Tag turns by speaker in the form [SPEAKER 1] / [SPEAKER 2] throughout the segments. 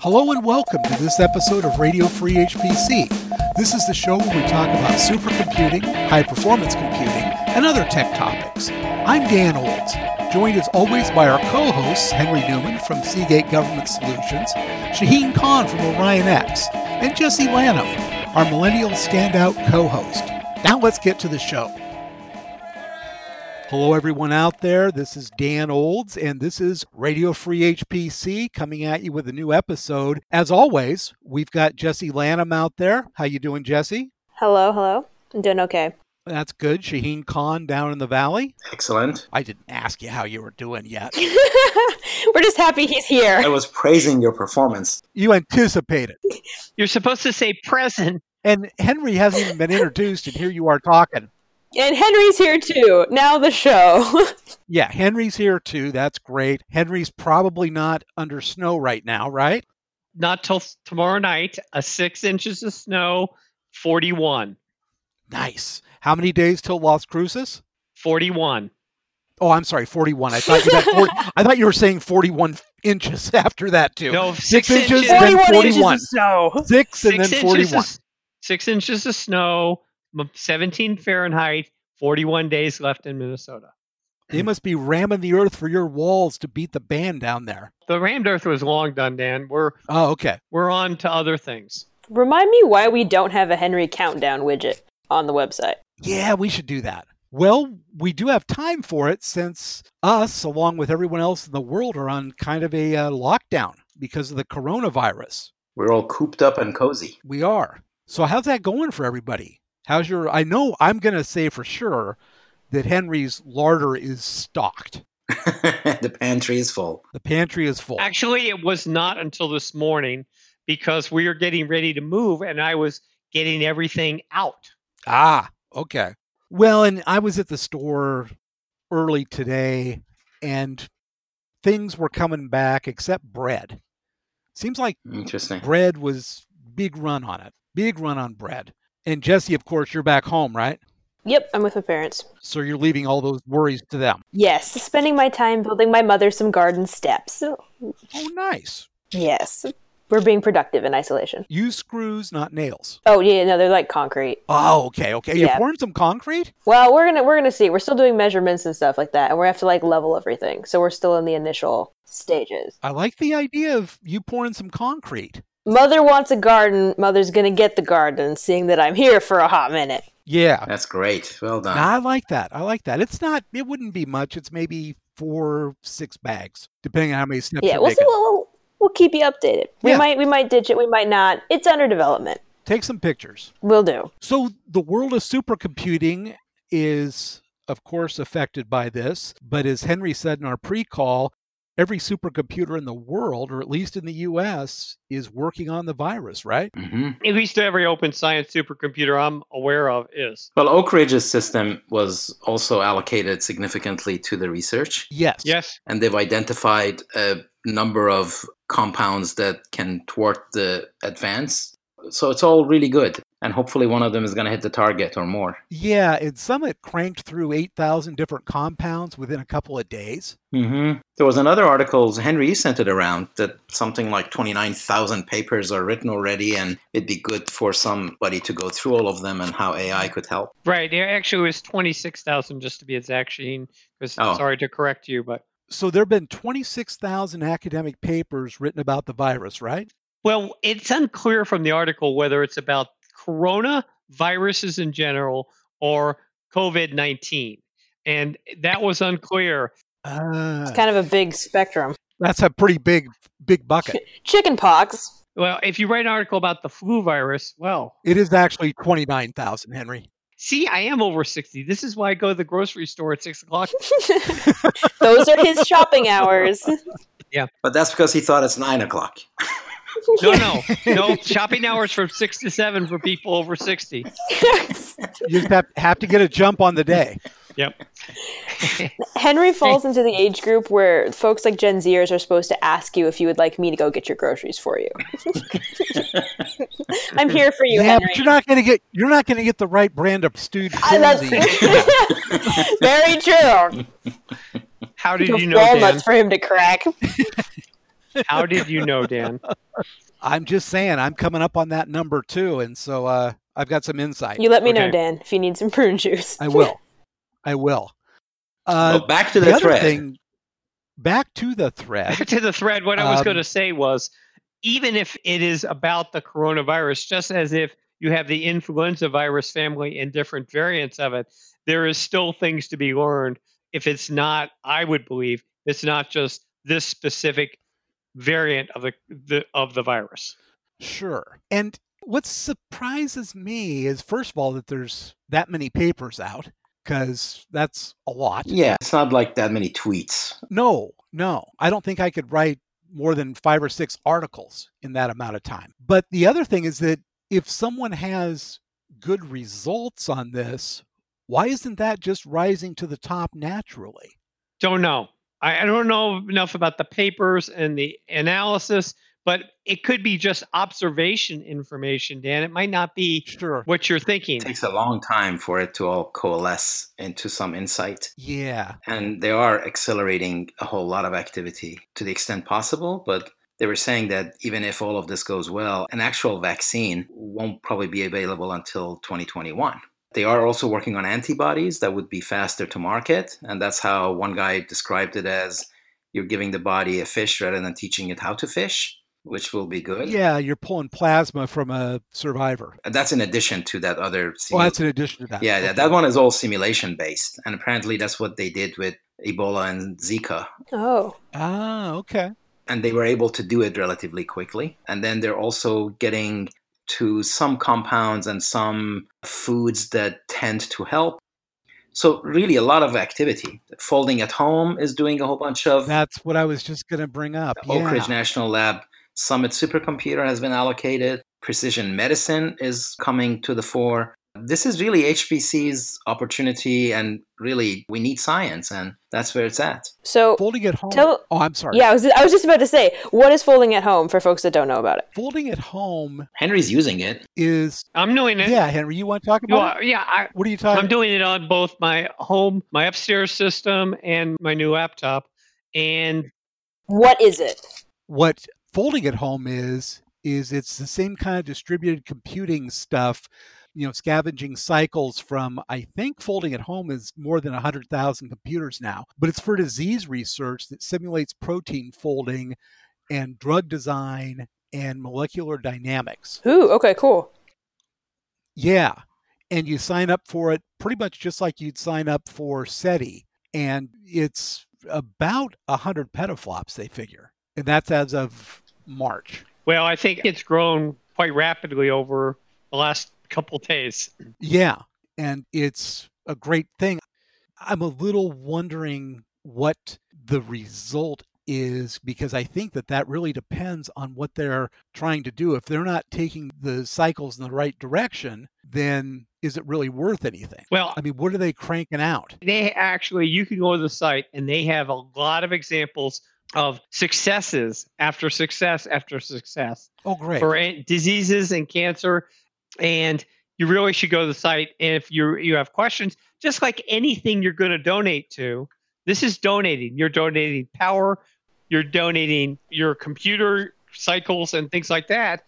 [SPEAKER 1] Hello and welcome to this episode of Radio Free HPC. This is the show where we talk about supercomputing, high performance computing, and other tech topics. I'm Dan Olds, joined as always by our co hosts Henry Newman from Seagate Government Solutions, Shaheen Khan from Orion X, and Jesse Lanham, our millennial standout co host. Now let's get to the show. Hello, everyone out there. This is Dan Olds, and this is Radio Free HPC coming at you with a new episode. As always, we've got Jesse Lanham out there. How you doing, Jesse?
[SPEAKER 2] Hello, hello. I'm doing okay.
[SPEAKER 1] That's good. Shaheen Khan down in the valley.
[SPEAKER 3] Excellent.
[SPEAKER 1] I didn't ask you how you were doing yet.
[SPEAKER 2] We're just happy he's
[SPEAKER 3] I
[SPEAKER 2] here.
[SPEAKER 3] was praising your performance.
[SPEAKER 1] You anticipated.
[SPEAKER 4] You're supposed to say present.
[SPEAKER 1] And Henry hasn't even been introduced, and here you are talking.
[SPEAKER 2] And Henry's here too. Now the show.
[SPEAKER 1] Yeah, Henry's here too. That's great. Henry's probably not under snow right now, right?
[SPEAKER 4] Not till s- tomorrow night. A six inches of snow, 41.
[SPEAKER 1] Nice. How many days till Las Cruces?
[SPEAKER 4] 41.
[SPEAKER 1] Oh, I'm sorry, 41. I thought you meant 40, I thought you were saying 41 inches after that too.
[SPEAKER 4] No,
[SPEAKER 1] Six
[SPEAKER 4] six,
[SPEAKER 1] inches,
[SPEAKER 4] inches.
[SPEAKER 1] then
[SPEAKER 2] 41 inches
[SPEAKER 1] 41.
[SPEAKER 2] of snow.
[SPEAKER 1] Six and
[SPEAKER 4] six
[SPEAKER 1] then
[SPEAKER 4] inches
[SPEAKER 1] 41.
[SPEAKER 4] Of, s- six inches of snow, m- 17 Fahrenheit, 41 days left in Minnesota.
[SPEAKER 1] They must be ramming the earth for your walls to beat the band down there.
[SPEAKER 4] The rammed earth was long done, Dan. We're,
[SPEAKER 1] Oh, okay.
[SPEAKER 4] we're on to other things.
[SPEAKER 2] Remind me why we don't have a Henry countdown widget on the website.
[SPEAKER 1] Yeah, we should do that. Well, we do have time for it since us, along with everyone else in the world, are on kind of a uh, lockdown because of the coronavirus.
[SPEAKER 3] We're all cooped up and cozy.
[SPEAKER 1] We are. So how's that going for everybody? How's your I know I'm going to say for sure that Henry's larder is stocked.
[SPEAKER 3] the pantry is full.
[SPEAKER 1] The pantry is full.
[SPEAKER 4] Actually, it was not until this morning because we were getting ready to move and I was getting everything out.
[SPEAKER 1] ah, okay. Well, and I was at the store early today and things were coming back except bread. Seems like
[SPEAKER 3] Interesting.
[SPEAKER 1] bread was big run on it. Big run on bread. And Jesse, of course, you're back home, right?
[SPEAKER 2] Yep, I'm with my parents.
[SPEAKER 1] So you're leaving all those worries to them.
[SPEAKER 2] Yes, spending my time building my mother some garden steps.
[SPEAKER 1] Oh, nice.
[SPEAKER 2] Yes. We're being productive in isolation.
[SPEAKER 1] Use screws, not nails.
[SPEAKER 2] Oh yeah, no, they're like concrete.
[SPEAKER 1] Oh, okay, okay. You're
[SPEAKER 2] Yeah.
[SPEAKER 1] pouring some concrete?
[SPEAKER 2] Well, we're gonna we're gonna see. We're still doing measurements and stuff like that, and we have to like level everything. So we're still in the initial stages.
[SPEAKER 1] I like the idea of you pouring some concrete.
[SPEAKER 2] Mother wants a garden. Mother's gonna get the garden, seeing that I'm here for a hot minute.
[SPEAKER 1] Yeah.
[SPEAKER 3] That's great. Well done.
[SPEAKER 1] I like that. I like that. It's not it wouldn't be much. It's maybe four, six bags, depending on how many snips
[SPEAKER 2] yeah,
[SPEAKER 1] you're
[SPEAKER 2] we'll, see,
[SPEAKER 1] making.
[SPEAKER 2] we'll we'll- we'll keep you updated. We
[SPEAKER 1] Yeah.
[SPEAKER 2] might we might ditch it. We might not. It's under development.
[SPEAKER 1] Take some pictures.
[SPEAKER 2] We'll do.
[SPEAKER 1] So the world of supercomputing is of course affected by this, but as Henry said in our pre-call, every supercomputer in the world, or at least in the US, is working on the virus, right?
[SPEAKER 3] hmm
[SPEAKER 4] At least every open science supercomputer I'm aware of is.
[SPEAKER 3] Well, Oak Ridge's system was also allocated significantly to the research,
[SPEAKER 1] Yes.
[SPEAKER 4] Yes.
[SPEAKER 3] and they've identified a number of compounds that can thwart the advance. So it's all really good. And hopefully, one of them is going to hit the target or more.
[SPEAKER 1] Yeah, and Summit cranked through 8,000 different compounds within a couple of days.
[SPEAKER 3] hmm There was another article, Henry you sent it around, that something like 29,000 papers are written already, and it'd be good for somebody to go through all of them and how AI could help.
[SPEAKER 4] Right. There actually was 26,000 just to be exact, Sheen. 'cause-
[SPEAKER 3] Oh.
[SPEAKER 4] Sorry to correct you, but.
[SPEAKER 1] So there have been 26,000 academic papers written about the virus, right?
[SPEAKER 4] Well, it's unclear from the article whether it's about corona viruses in general or COVID 19. And that was unclear.
[SPEAKER 1] Uh,
[SPEAKER 2] It's kind of a big spectrum.
[SPEAKER 1] that's a pretty big, big bucket.
[SPEAKER 2] Chicken pox.
[SPEAKER 4] Well, if you write an article about the flu virus, well,
[SPEAKER 1] It is actually 29,000, Henry.
[SPEAKER 4] see, I am over 60. This is why I go to the grocery store at six o'clock.
[SPEAKER 2] Those are his shopping hours.
[SPEAKER 3] But that's because he thought it's nine o'clock.
[SPEAKER 4] No, no, no. Shopping hours from six to seven for people over 60.
[SPEAKER 1] You just have, have to get a jump on the day.
[SPEAKER 2] Henry falls into the age group where folks like Gen Zers are supposed to ask you if you would like me to go get your groceries for you. I'm here for you,
[SPEAKER 1] yeah,
[SPEAKER 2] Henry.
[SPEAKER 1] but you're not going to get you're not going to get the right brand of stewed
[SPEAKER 2] I- that's
[SPEAKER 1] coolsy.
[SPEAKER 2] very true.
[SPEAKER 4] How did
[SPEAKER 2] Of
[SPEAKER 4] you know, Dan?
[SPEAKER 2] walnuts for him to crack.
[SPEAKER 4] How did you know, Dan?
[SPEAKER 1] I'm just saying, I'm coming up on that number too, and so uh, I've got some insight.
[SPEAKER 2] You let me know,
[SPEAKER 4] Okay.
[SPEAKER 2] Dan, if you need some prune juice.
[SPEAKER 1] I will. I will. Uh,
[SPEAKER 3] well, Oh, back to
[SPEAKER 1] the
[SPEAKER 3] the,
[SPEAKER 1] other
[SPEAKER 3] thread.
[SPEAKER 1] thing, back to the thread.
[SPEAKER 4] Back to the thread, what I was
[SPEAKER 1] Um,
[SPEAKER 4] going to say was even if it is about the coronavirus, just as if you have the influenza virus family and different variants of it, there is still things to be learned if it's not, I would believe, it's not just this specific variant of the, the of the virus.
[SPEAKER 1] Sure. And what surprises me is, first of all, that there's that many papers out, because that's a lot.
[SPEAKER 3] Yeah, it's not like that many tweets.
[SPEAKER 1] No, no, I don't think I could write more than five or six articles in that amount of time. But the other thing is that if someone has good results on this, why isn't that just rising to the top naturally?
[SPEAKER 4] Don't know. I, I don't know enough about the papers and the analysis, but it could be just observation information, Dan. It might not be
[SPEAKER 1] Sure.
[SPEAKER 4] what you're thinking.
[SPEAKER 3] It takes a long time for it to all coalesce into some insight.
[SPEAKER 1] Yeah.
[SPEAKER 3] and they are accelerating a whole lot of activity to the extent possible but they were saying that even if all of this goes well an actual vaccine won't probably be available until 2021 they are also working on antibodies that would be faster to market and that's how one guy described it as you're giving the body a fish rather than teaching it how to fish which will be good
[SPEAKER 1] Yeah, you're pulling plasma from a survivor.
[SPEAKER 3] And that's in addition to that other
[SPEAKER 1] Well,
[SPEAKER 3] simulation.
[SPEAKER 1] Oh, that's in addition to that.
[SPEAKER 3] yeah, yeah
[SPEAKER 1] Okay.
[SPEAKER 3] that one is all simulation based and apparently that's what they did with ebola and zika
[SPEAKER 2] Oh,
[SPEAKER 1] Ah, okay.
[SPEAKER 3] and they were able to do it relatively quickly. And then they're also getting to some compounds and some foods that tend to help. So, really, a lot of activity. Folding at home is doing a whole bunch of.
[SPEAKER 1] That's what I was just going to bring up.
[SPEAKER 3] The Oak Ridge
[SPEAKER 1] Yeah.
[SPEAKER 3] National Lab Summit supercomputer has been allocated. Precision medicine is coming to the fore. This is really HPC's opportunity, and really, we need science, and that's where it's at.
[SPEAKER 2] so
[SPEAKER 1] Folding at home.
[SPEAKER 2] Tell-
[SPEAKER 1] oh, I'm sorry.
[SPEAKER 2] yeah, I was I was just about to say, what is folding at home for folks that don't know about it?
[SPEAKER 1] Folding at home
[SPEAKER 3] Henry's using it.
[SPEAKER 1] is.
[SPEAKER 4] I'm doing it.
[SPEAKER 1] Yeah, Henry, you want to talk about
[SPEAKER 4] Well,
[SPEAKER 1] it?
[SPEAKER 4] yeah, I,
[SPEAKER 1] What are you
[SPEAKER 4] I'm
[SPEAKER 1] talking
[SPEAKER 4] doing it on both my home, my upstairs system, and my new laptop. And
[SPEAKER 2] What is it?
[SPEAKER 1] What folding at home is, is it's the same kind of distributed computing stuff, you know, scavenging cycles from, I think folding at home is more than 100,000 computers now, but it's for disease research that simulates protein folding and drug design and molecular dynamics.
[SPEAKER 2] Ooh, okay, cool.
[SPEAKER 1] Yeah. And you sign up for it pretty much just like you'd sign up for SETI. And it's about 100 petaflops, they figure. And that's as of March.
[SPEAKER 4] well, I think it's grown quite rapidly over the last couple days.
[SPEAKER 1] Yeah. And it's a great thing. I'm a little wondering what the result is because I think that that really depends on what they're trying to do. If they're not taking the cycles in the right direction, then is it really worth anything?
[SPEAKER 4] Well,
[SPEAKER 1] I mean, what are they cranking out?
[SPEAKER 4] they actually, you can go to the site and they have a lot of examples of successes after success after success
[SPEAKER 1] Oh, great.
[SPEAKER 4] for an- diseases and cancer. And you really should go to the site. And if you you have questions, just like anything you're going to donate to, this is donating. You're donating power. You're donating your computer cycles and things like that.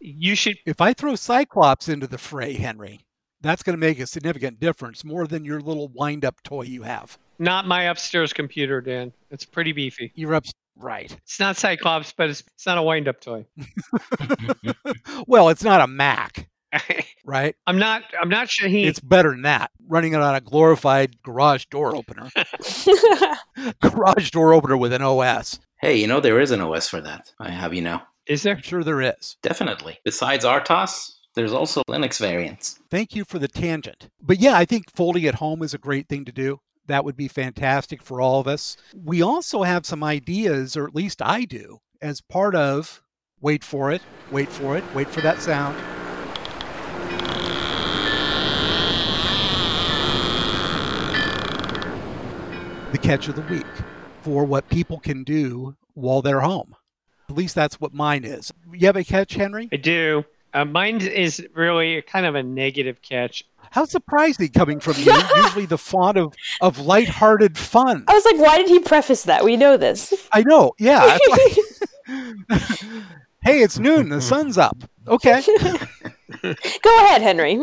[SPEAKER 4] You should
[SPEAKER 1] If I throw Cyclops into the fray, Henry, that's going to make a significant difference more than your little wind up toy you have.
[SPEAKER 4] not my upstairs computer, Dan. It's pretty beefy.
[SPEAKER 1] You're up. Right.
[SPEAKER 4] It's not Cyclops, but it's, it's not a wind up toy.
[SPEAKER 1] Well, it's not a Mac, right?
[SPEAKER 4] I'm not. I'm not Shaheen.
[SPEAKER 1] It's better than that. Running it on a glorified garage door opener, garage door opener with an OS.
[SPEAKER 3] Hey, you know, there is an OS for that. I have you know.
[SPEAKER 4] Is there?
[SPEAKER 1] I'm sure there is.
[SPEAKER 3] Definitely. Besides RTOS, there's also Linux variants.
[SPEAKER 1] Thank you for the tangent. But yeah, I think folding at home is a great thing to do. That would be fantastic for all of us. We also have some ideas, or at least I do, as part of wait for it, wait for it, wait for that sound. The catch of the week for what people can do while they're home. At least that's what mine is. You have a catch, Henry?
[SPEAKER 4] I do. Uh, mine is really kind of a negative catch.
[SPEAKER 1] How surprising coming from you. Usually the font of, of lighthearted fun.
[SPEAKER 2] I was like, why did he preface that? We know this.
[SPEAKER 1] I know. Yeah. That's why, hey, it's noon. The sun's up. Okay.
[SPEAKER 2] Go ahead, Henry.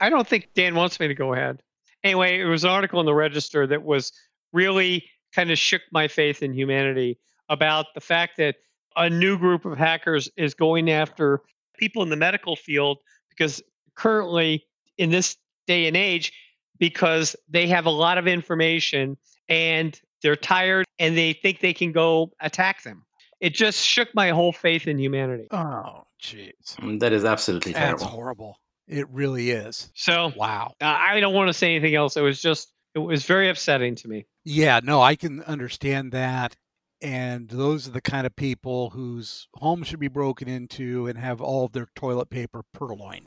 [SPEAKER 4] I don't think Dan wants me to go ahead. Anyway, it was an article in the Register that was really kind of shook my faith in humanity about the fact that a new group of hackers is going after people in the medical field because currently in this day and age because they have a lot of information and they're tired and they think they can go attack them. It just shook my whole faith in humanity.
[SPEAKER 1] Oh, jeez.
[SPEAKER 3] Mm, That is absolutely
[SPEAKER 1] That's
[SPEAKER 3] terrible.
[SPEAKER 1] horrible. It really is.
[SPEAKER 4] So
[SPEAKER 1] Wow.
[SPEAKER 4] uh, I don't want to say anything else. It was just, it was very upsetting to me.
[SPEAKER 1] Yeah, no, I can understand that. And those are the kind of people whose homes should be broken into and have all of their toilet paper purloined.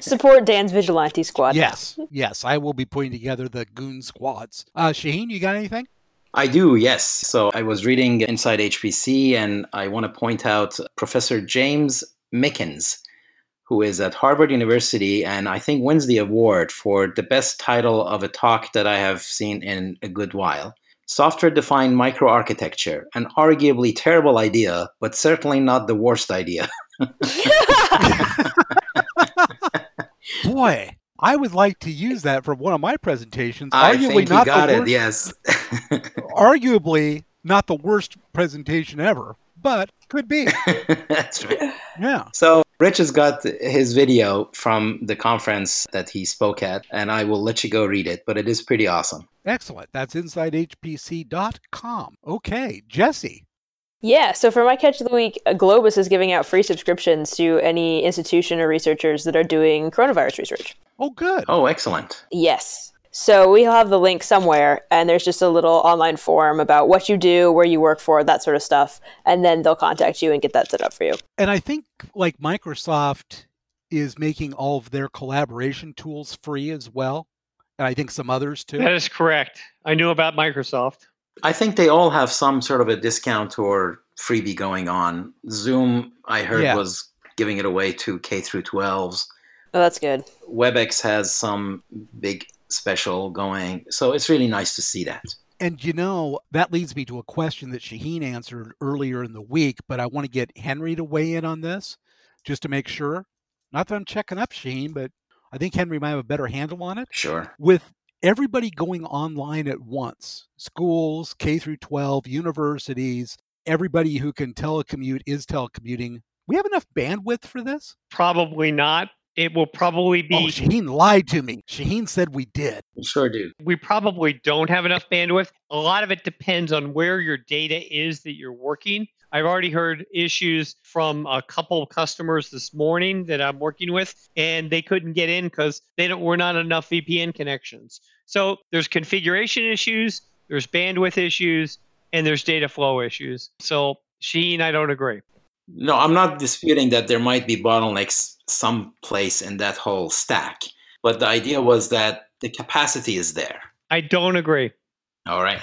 [SPEAKER 2] Support Dan's vigilante squad.
[SPEAKER 1] yes, yes, I will be putting together the goon squads. Uh, Shaheen, you got anything?
[SPEAKER 3] I do, yes. So I was reading Inside HPC, and I want to point out Professor James Mickens, who is at Harvard University and I think wins the award for the best title of a talk that I have seen in a good while Software Defined Microarchitecture, an arguably terrible idea, but certainly not the worst idea.
[SPEAKER 1] Boy, I would like to use that for one of my presentations.
[SPEAKER 3] I
[SPEAKER 1] arguably
[SPEAKER 3] think you
[SPEAKER 1] not
[SPEAKER 3] got
[SPEAKER 1] the
[SPEAKER 3] it,
[SPEAKER 1] worst,
[SPEAKER 3] yes.
[SPEAKER 1] Arguably not the worst presentation ever, but could be.
[SPEAKER 3] That's right.
[SPEAKER 1] Yeah.
[SPEAKER 3] So Rich has got his video from the conference that he spoke at, and I will let you go read it, but it is pretty awesome.
[SPEAKER 1] Excellent. That's insidehpc.com. Okay, Jesse.
[SPEAKER 2] Yeah, so for my catch of the week, uh, Globus is giving out free subscriptions to any institution or researchers that are doing coronavirus research.
[SPEAKER 1] Oh, good.
[SPEAKER 3] Oh, excellent.
[SPEAKER 2] Yes. So we'll have the link somewhere, and there's just a little online form about what you do, where you work for, that sort of stuff, and then they'll contact you and get that set up for you.
[SPEAKER 1] and I think like Microsoft is making all of their collaboration tools free as well, and I think some others too.
[SPEAKER 4] That is correct. I knew about Microsoft.
[SPEAKER 3] I think they all have some sort of a discount or freebie going on. Zoom, I heard,
[SPEAKER 1] Yeah.
[SPEAKER 3] was giving it away to K through 12s.
[SPEAKER 2] Oh, that's good.
[SPEAKER 3] WebEx has some big special going. So it's really nice to see that.
[SPEAKER 1] And you know, that leads me to a question that Shaheen answered earlier in the week, but I want to get Henry to weigh in on this just to make sure. Not that I'm checking up Shaheen, but I think Henry might have a better handle on it.
[SPEAKER 3] Sure.
[SPEAKER 1] with everybody going online at once schools k through 12 universities everybody who can telecommute is telecommuting we have enough bandwidth for this
[SPEAKER 4] Probably not. It will probably be.
[SPEAKER 1] oh shaheen lied to me shaheen said we did
[SPEAKER 3] You sure do.
[SPEAKER 4] we probably don't have enough bandwidth. A lot of it depends on where your data is that you're working. I've already heard issues from a couple of customers this morning that I'm working with, and they couldn't get in because they don't were not enough VPN connections. So there's configuration issues, there's bandwidth issues, and there's data flow issues. So Sheen, I don't agree.
[SPEAKER 3] No, I'm not disputing that there might be bottlenecks someplace in that whole stack, but the idea was that the capacity is there.
[SPEAKER 4] I don't agree.
[SPEAKER 3] All right.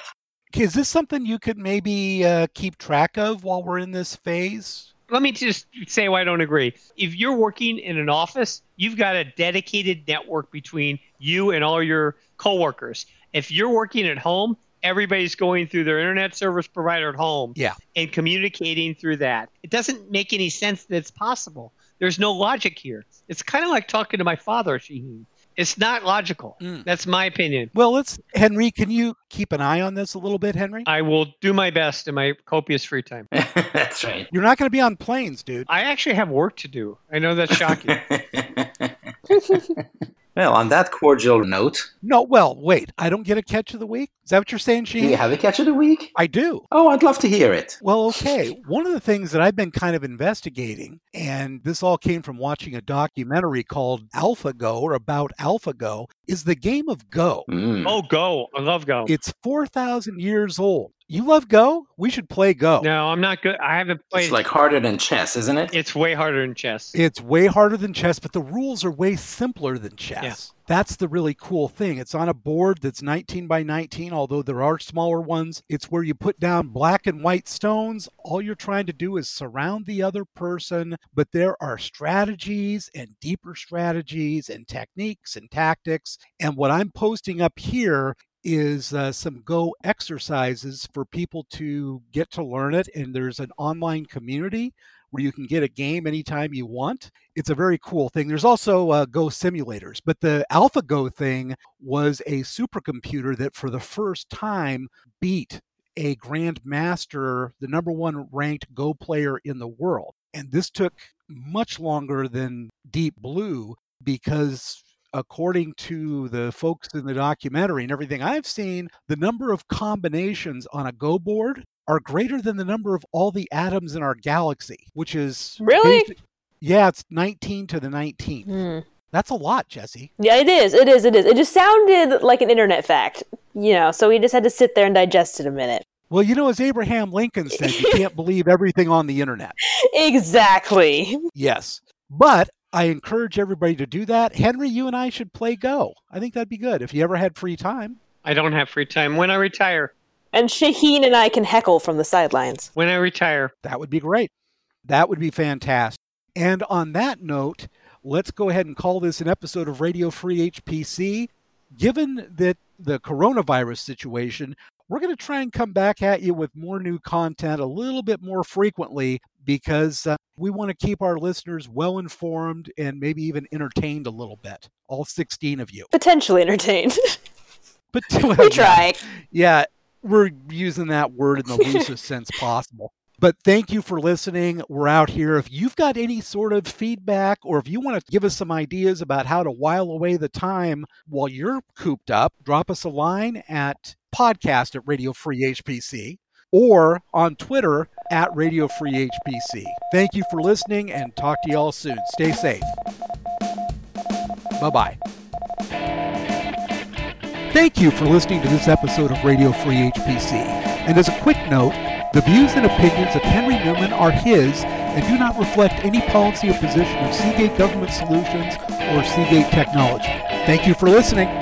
[SPEAKER 1] is this something you could maybe uh, keep track of while we're in this phase
[SPEAKER 4] let me just say why I don't agree. If you're working in an office, you've got a dedicated network between you and all your coworkers. If you're working at home, everybody's going through their internet service provider at home
[SPEAKER 1] Yeah.
[SPEAKER 4] and communicating through that. It doesn't make any sense that it's possible. There's no logic here. It's kind of like talking to my father, Shaheen. It's not logical.
[SPEAKER 1] Mm.
[SPEAKER 4] That's my opinion.
[SPEAKER 1] well let's henry can you keep an eye on this a little bit henry
[SPEAKER 4] I will do my best in my copious free time.
[SPEAKER 3] That's right.
[SPEAKER 1] you're not going to be on planes dude
[SPEAKER 4] I actually have work to do. I know that's shocking.
[SPEAKER 3] well, on that cordial note,
[SPEAKER 1] no well wait i don't get a catch of the week is that what you're saying
[SPEAKER 3] do
[SPEAKER 1] shaheen
[SPEAKER 3] you have a catch of the week?
[SPEAKER 1] i do
[SPEAKER 3] Oh, I'd love to hear it.
[SPEAKER 1] Well, okay. One of the things that I've been kind of investigating, and this all came from watching a documentary called AlphaGo or about AlphaGo, is the game of Go.
[SPEAKER 3] Mm.
[SPEAKER 4] oh, go. I love go.
[SPEAKER 1] It's 4,000 years old. You love Go? We should play Go.
[SPEAKER 4] No, I'm not good. I haven't played.
[SPEAKER 3] Oh. it's like harder than chess, isn't it?
[SPEAKER 4] it's way harder than chess.
[SPEAKER 1] It's way harder than chess, but the rules are way simpler than chess. That's the really cool thing. It's on a board that's 19 by 19, although there are smaller ones. It's where you put down black and white stones. All you're trying to do is surround the other person, but there are strategies and deeper strategies and techniques and tactics. And what I'm posting up here is uh, some Go exercises for people to get to learn it. And there's an online community where you can get a game anytime you want. It's a very cool thing. There's also uh, Go simulators, but the AlphaGo thing was a supercomputer that for the first time beat a grandmaster, the number one ranked Go player in the world. And this took much longer than Deep Blue because according to the folks in the documentary and everything I've seen, the number of combinations on a Go board are greater than the number of all the atoms in our galaxy, which is
[SPEAKER 2] Really?
[SPEAKER 1] basic- yeah, it's 19 to the 19th.
[SPEAKER 2] Hmm.
[SPEAKER 1] That's a lot, Jesse.
[SPEAKER 2] Yeah, it is. It is. It is. It just sounded like an internet fact, you know. So we just had to sit there and digest it a minute.
[SPEAKER 1] Well, you know, as Abraham Lincoln said, you can't believe everything on the internet.
[SPEAKER 2] Exactly.
[SPEAKER 1] Yes. But I encourage everybody to do that. Henry, you and I should play Go. I think that'd be good if you ever had free time.
[SPEAKER 4] I don't have free time. When I retire,
[SPEAKER 2] And Shaheen and I can heckle from the sidelines.
[SPEAKER 4] when I retire,
[SPEAKER 1] That would be great. That would be fantastic. And on that note, let's go ahead and call this an episode of Radio Free HPC. Given that the coronavirus situation, we're going to try and come back at you with more new content a little bit more frequently because uh, we want to keep our listeners well informed and maybe even entertained a little bit, all 16 of you.
[SPEAKER 2] Potentially entertained.
[SPEAKER 1] But
[SPEAKER 2] we try.
[SPEAKER 1] yeah, we're using that word in the loosest sense possible. But thank you for listening. We're out here. If you've got any sort of feedback or if you want to give us some ideas about how to while away the time while you're cooped up, drop us a line at podcast at Radio Free HPC or on Twitter at Radio Free HPC. Thank you for listening and talk to you all soon. Stay safe. Bye bye. Thank you for listening to this episode of Radio Free HPC. And as a quick note, the views and opinions of Henry Newman are his and do not reflect any policy or position of Seagate Government Solutions or Seagate Technology. Thank you for listening.